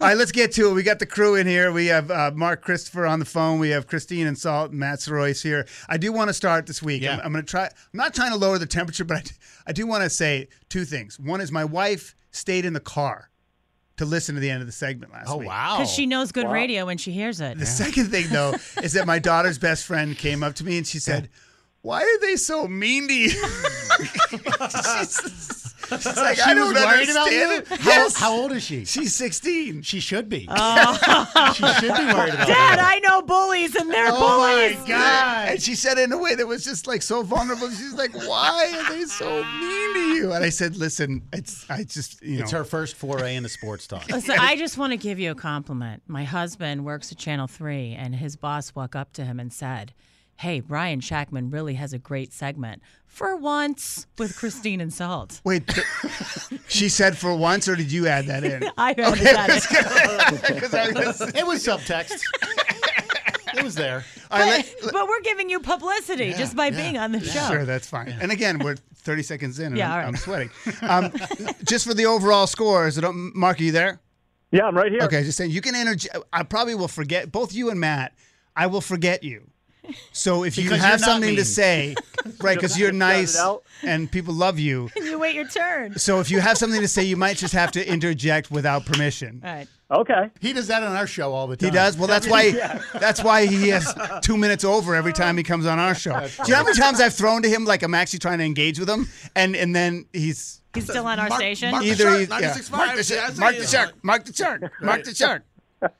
All right, let's get to it. We got the crew in here. We have uh, Mark Christopher on the phone. We have Christine and Salt and Matt Sorois here. I do want to start this week. Yeah. I'm, going to try. I'm not trying to lower the temperature, but I, do- I do want to say two things. One is my wife stayed in the car to listen to the end of the segment last Oh week. wow! Because she knows good radio when she hears it. The second thing, though, is that my daughter's best friend came up to me and she said, "Why are they so mean to you?" she's, she's like, "I She don't was worried about understand you? it." How, Yes. how old is she? She's 16. She should be. she should be worried about Dad, you. I know bullies and they're Oh bullies. my God! And she said it in a way that was just like so vulnerable. She's like, "Why are they so mean to you?" And I said, "Listen, it's I just you know." It's her first foray into sports talk. Listen, I just want to give you a compliment. My husband works at Channel 3, and his boss walked up to him and said, Hey, Brian Shackman really has a great segment for once with Christine and Salt. Wait, th- she said for once, or did you add that in? I heard that. Because I was, It was subtext. it was there. I let- But we're giving you publicity just by being on the show. Sure, that's fine. And again, we're 30 seconds in, and I'm, Yeah, all right. I'm sweating. Um, just for the overall scores, I don't- um, Mark, are you there? Yeah, I'm right here. Okay, just saying, you can energy. I probably will forget both you and Matt. I will forget you. So if you Because you're have not something to mean. say, right? Because you're shout it nice out. and people love you. You wait your turn. So if you have something to say, you might just have to interject without permission. All right. Okay. He does that on our show all the time. He does well. That's why. That's why he has two minutes over every time he comes on our show. Do you know how many times I've thrown to him like I'm actually trying to engage with him, and and then he's He's still on our station. Mark- either shark, he's knock the yeah, six five, mark the yeah, I shark, see mark you. the shark, mark the shark, mark the shark. All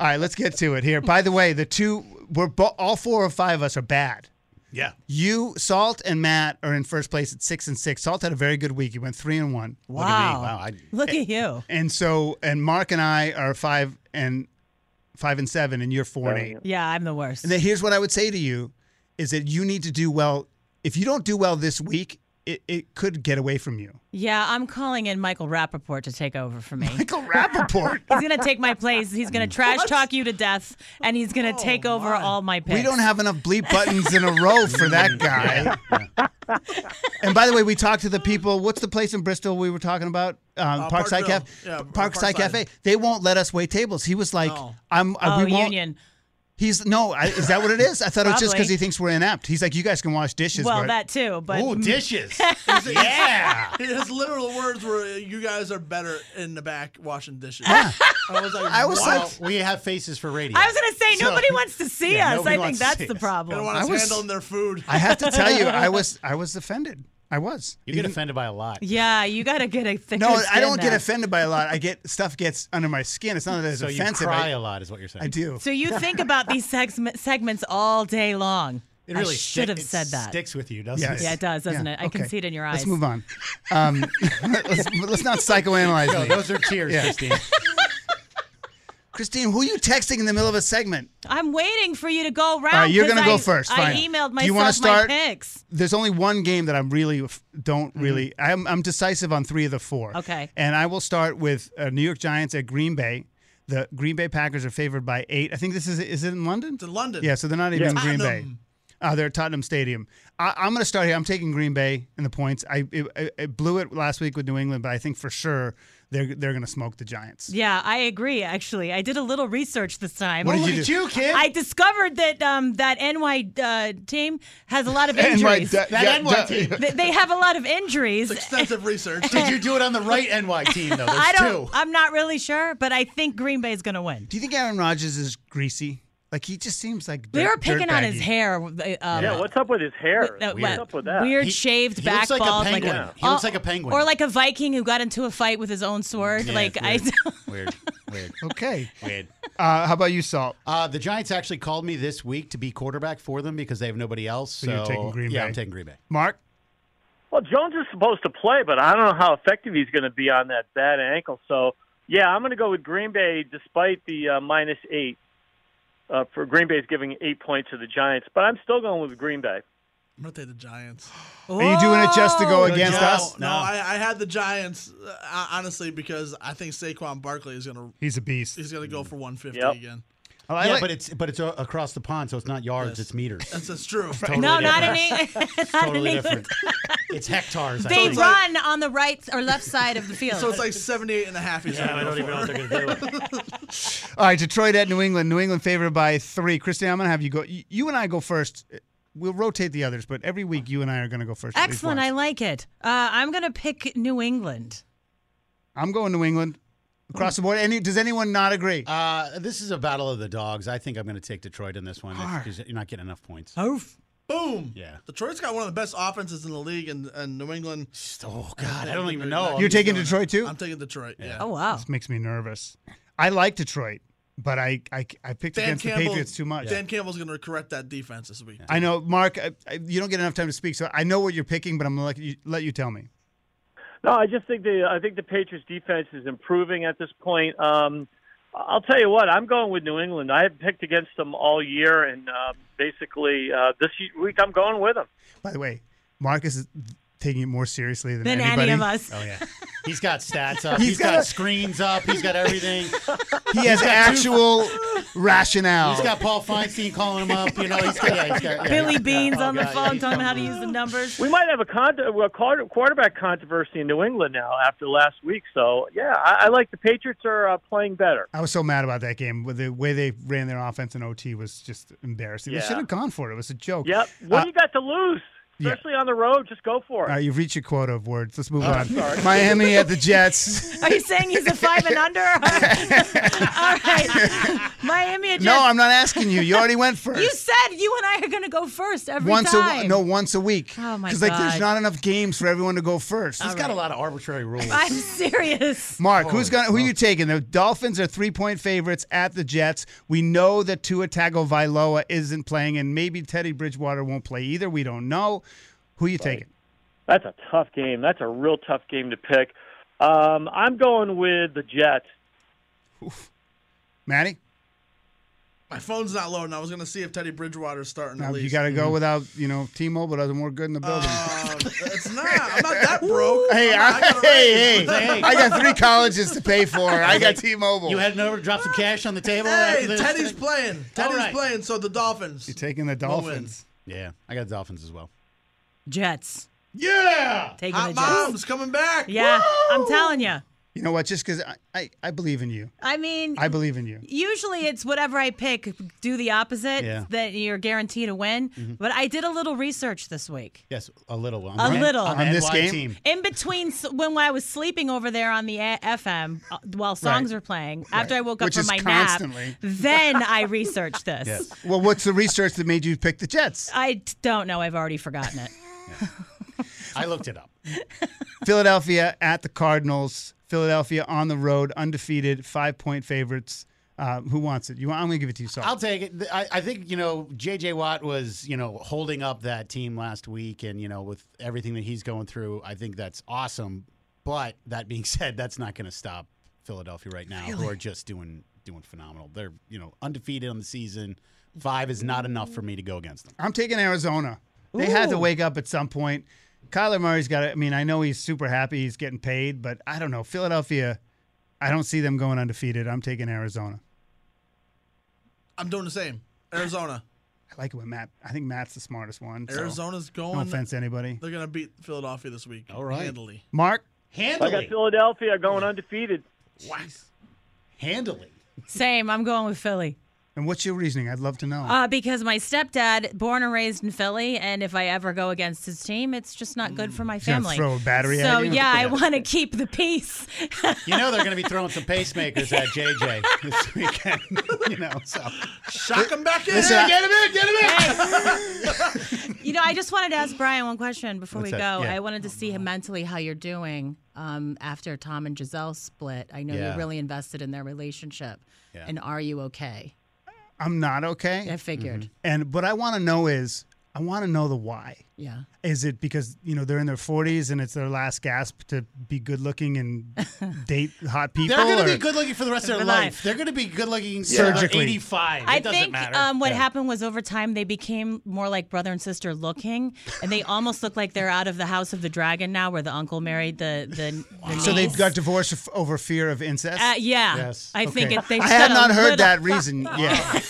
right, let's get to it here. By the way, the two we're bo- all four or five of us are bad. Yeah. You, Salt, and Matt are in first place at six and six. Salt had a very good week. He went three and one. wow. Look at me. Wow. I, Look at you. And so, and Mark and I are five and five and seven, and you're four and eight. Yeah, I'm the worst. And then here's what I would say to you: is that you need to do well. If you don't do well this week, it, it could get away from you. yeah, I'm calling in Michael Rappaport to take over for me. Michael Rappaport. He's gonna take my place. He's gonna trash talk you to death, and he's gonna take over all my picks. Oh we don't have enough bleep buttons in a row for that guy. and by the way, we talked to the people. What's the place in Bristol we were talking about? Um, Parkside Parkville. Cafe. Uh, Yeah, Parkside Parkside. Cafe. They won't let us wait tables. He was like, No. "I'm. uh, Oh, we won't." union. He's no. I, is that what it is? I thought it was just because Probably. he thinks we're inept. He's like, "You guys can wash dishes." Well, but that too, but Ooh, dishes. yeah. His literal words were, uh, "You guys are better in the back washing dishes." I was like, I was what? like- Well, we have faces for radio. I was gonna say So- nobody wants to see Yeah, us. nobody I think wants to see that's the us. they don't problem. want us I was- handling their food. I have to tell you, I was I was offended. I was. You get Even- offended by a lot. Yeah, you gotta get a thicker No, I skin don't get now. offended by a lot. I get stuff gets under my skin. It's not that it's So you offensive. cry I, a lot, is what you're saying. I do. So you think about these segment, segments all day long. It really I should stick- have it said that. Sticks with you, doesn't Yes. it? Yeah, it does, doesn't Yeah, it? I can okay. see it in your eyes. Let's move on. Um, let's, let's not psychoanalyze No, me. those are tears, Yeah. Christine. Christine, who are you texting in the middle of a segment? I'm waiting for you to go around. All right, you're 'cause gonna go I- first. I Fine. emailed Do you myself wanna start? my picks. There's only one game that I'm really f- don't really. I'm, I'm decisive on three of the four. Mm-hmm. Okay. And I will start with uh, New York Giants at Green Bay. The Green Bay Packers are favored by eight. I think this is is it in London? It's in London. Yeah, so they're not even in Green Bay. Tottenham. Uh, they're at Tottenham Stadium. I, I'm going to start here. I'm taking Green Bay in the points. I it, I- I blew it last week with New England, but I think for sure they're they're going to smoke the Giants. Yeah, I agree. Actually, I did a little research this time. Oh, What did Look you at do? you, kid. I discovered that um, that NY uh, team has a lot of injuries. that NY team. They- they have a lot of injuries. Extensive research. Did you do it on the right NY team though? There's I don't. two. I'm not really sure, but I think Green Bay's going to win. Do you think Aaron Rodgers is greasy? Like he just seems like They dirt- were picking on his dirtbaggy. hair. uh, Um, Yeah, what's up with his hair? no, what's uh, up with that? Weird He- shaved he back looks like a bald, penguin. like He looks like a penguin. or like a Viking who got into a fight with his own sword. Yeah, like I, weird. weird, weird, Okay. weird. Uh, how about you, Salt? Oh. Uh, the Giants actually called me this week to be quarterback for them because they have nobody else. So, So you're taking Green yeah, Bay. I'm taking Green Bay. Mark? Well, Jones is supposed to play, but I don't know how effective he's going to be on that bad ankle. So, yeah, I'm going to go with Green Bay despite the uh, minus eight. Uh, for Green Bay's giving eight points to the Giants, but I'm still going with Green Bay. I'm gonna take the Giants. Are you doing it just to go against job. us? No, No. I, I had the Giants uh, honestly because I think Saquon Barkley is gonna He's a beast. he's gonna go for 150 Yep. again. I like- yeah, but it's but it's uh, across the pond, so it's not yards, it's meters. That's that's true. no, Totally not in different. England. It's totally different. it's hectares. I They think. run on the right or left side of the field. So it's like 78 and a half. He's gonna go for. they're going to do. All right, Detroit at New England. New England favored by three. Christian, I'm going to have you go. You, you and I go first. We'll rotate the others, but every week you and I are going to go first. at least Excellent. I once. like it. Uh, I'm going to pick New England. I'm going New England across the board. Any, does anyone not agree? Uh, this is a battle of the dogs. I think I'm going to take Detroit in this one Arr. because you're not getting enough points. Oof. Boom. Yeah. Detroit's got one of the best offenses in the league, and, and New England. Oh God, I don't even know. You're I'm taking going- Detroit too? I'm taking Detroit. Yeah. Oh wow. this makes me nervous. I like Detroit, but I I, I picked Dan against Campbell. the Patriots too much. Dan Campbell's going to correct that defense this week. I know, Mark. I, I, you don't get enough time to speak, so I know what you're picking, but I'm gonna let you, let you tell me. No, I just think the I think the Patriots defense is improving at this point. Um, I'll tell you what, I'm going with New England. I have picked against them all year, and uh, basically uh, this ye- week I'm going with them. By the way, Marcus is taking it more seriously than, Than anybody. any of us. Oh yeah, he's got stats up. He's he's got, got a- screens up. He's got everything. He has actual rationale. he's got Paul Feinstein calling him up. You know, he's got, yeah, he's got yeah, Billy yeah. Beans Oh, on the God, phone yeah. telling him how to use the numbers. We might have a, con- a quar- quarterback controversy in New England now after last week. So yeah, I, I like the Patriots are uh, playing better. I was so mad about that game. With The way they ran their offense in OT was just embarrassing. They Yeah. should have gone for it. It was a joke. Yep. What Uh, do you got to lose? yeah. Especially on the road, just go for it. all right, you've reached your quota of words. Let's Oh, move on. Miami at the Jets. Are you saying he's a five and under? All right. Miami. no, I'm not asking you. You already went first. You said you and I are going to go first every once time. a no, once a week. Oh, my like there's God. not enough games for everyone to go first. He's got a lot of arbitrary rules. I'm serious. Mark, who's gonna who are you taking? The Dolphins are three point favorites at the Jets. We know that Tua Tagovailoa isn't playing, and maybe Teddy Bridgewater won't play either. We don't know. Who you taking? That's a tough game. That's a real tough game to pick. Um, I'm going with the Jets. Maddie? My phone's not loading. I was going to see if Teddy Bridgewater's starting Now, at you least. got to go without, you know, T-Mobile doesn't work good in the building. Uh, it's not. I'm not that broke. hey, I'm not- I, got a hey, hey, raise. I got three colleges to pay for. I got T-Mobile. You heading over to drop some cash on the table? after Hey, this? Teddy's playing. Teddy's right. playing. So the Dolphins. You're taking the will win. Dolphins. Yeah, I got Dolphins as well. Jets. Yeah. Taking the Hot Jets. mom's coming back. Yeah, I'm telling you. You know what? Just because I, I, I believe in you. I mean, I believe in you. usually it's whatever I pick, do the opposite, Yeah. that you're guaranteed to win. Mm-hmm. But I did a little research this week. Yes, a little. On A the- little. on, the On this NY game? Team. In between s- when I was sleeping over there on the A- FM uh, while songs Right. were playing, after I woke up Which from is my constantly. nap, then I researched this. Yes. Well, what's the research that made you pick the Jets? I t- don't know. I've already forgotten it. I looked it up. Philadelphia at the Cardinals. Philadelphia on the road, undefeated, five point favorites. Uh, who wants it? You want? I'm gonna give it to you. Saul. I'll take it. I, I think you know J.J. Watt was you know holding up that team last week, and you know with everything that he's going through, I think that's awesome. But that being said, that's not going to stop Philadelphia right now, who are just doing doing phenomenal. They're you know undefeated on the season. Five is not enough for me to go against them. I'm taking Arizona. They had to Ooh. wake up at some point. Kyler Murray's got to, I mean, I know he's super happy he's getting paid, but I don't know. Philadelphia I don't see them going undefeated. I'm taking Arizona. I'm doing the same. Arizona. I like it when Matt. I think Matt's the smartest one. so Arizona's going. No offense to anybody. They're going to beat Philadelphia this week. All right. Handily. Mark, I got Handily. Philadelphia going undefeated. Handily. Same. I'm going with Philly. and what's your reasoning? I'd love to know. Uh, because my stepdad, born and raised in Philly, and if I ever go against his team, it's just not good for my Mm. He's gonna family. throw a battery so at you? yeah, I want to keep the peace. You know they're going to be throwing some pacemakers at JJ this weekend. you know, so Shock them back in. Listen, I- get him in. Get him in. you know, I just wanted to ask Brian one question before we What's that? go. Yeah. I wanted to see mentally how you're doing um, after Tom and Giselle split. I know Yeah. you're really invested in their relationship, Yeah. and are you okay? I'm not okay. I figured. And what I want to know is, I want to know the why. Yeah. Is it because you know they're in their 40s and it's their last gasp to be good looking and date hot people? they're going to or- be good looking for the rest of their For life. life. They're going to be good looking Surgically. surgically. Eighty five. I think matter. um, what Yeah. happened was over time they became more like brother and sister looking, and they almost look like they're out of the House of the Dragon now, where the uncle married the the. the So they niece. got divorced f- over fear of incest. Uh, yeah, Yes. I think Okay. it, they. I had shut a not heard little- that reason yet.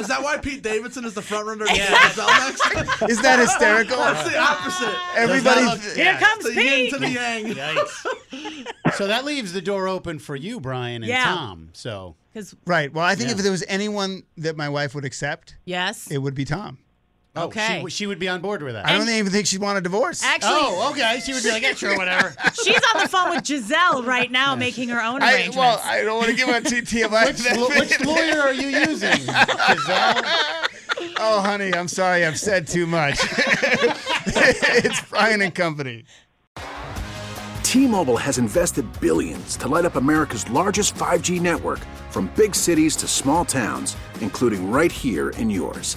Is that why Pete Davidson is the front runner? Yeah. That's Is that hysterical? the opposite. Everybody, Does that look- Here yeah. comes The yin Pete. to the yang. Yikes. so that leaves the door open for you, Brian and Yeah. Tom. So 'Cause- right? Well, I think Yeah. if there was anyone that my wife would accept, yes, it would be Tom. oh, she Okay. w- she, would be on board with that. I don't even think she'd want a divorce. actually, oh, okay. She would be like, yeah, sure, whatever. she's on the phone with Giselle right now, making her own I, arrangements. well, I don't want to give her a TTMI. Which, lo- which lawyer are you using? Giselle? oh, honey, I'm sorry, I've said too much. it's Brian and Company. T-Mobile has invested billions to light up America's largest 5G network from big cities to small towns, including right here in yours.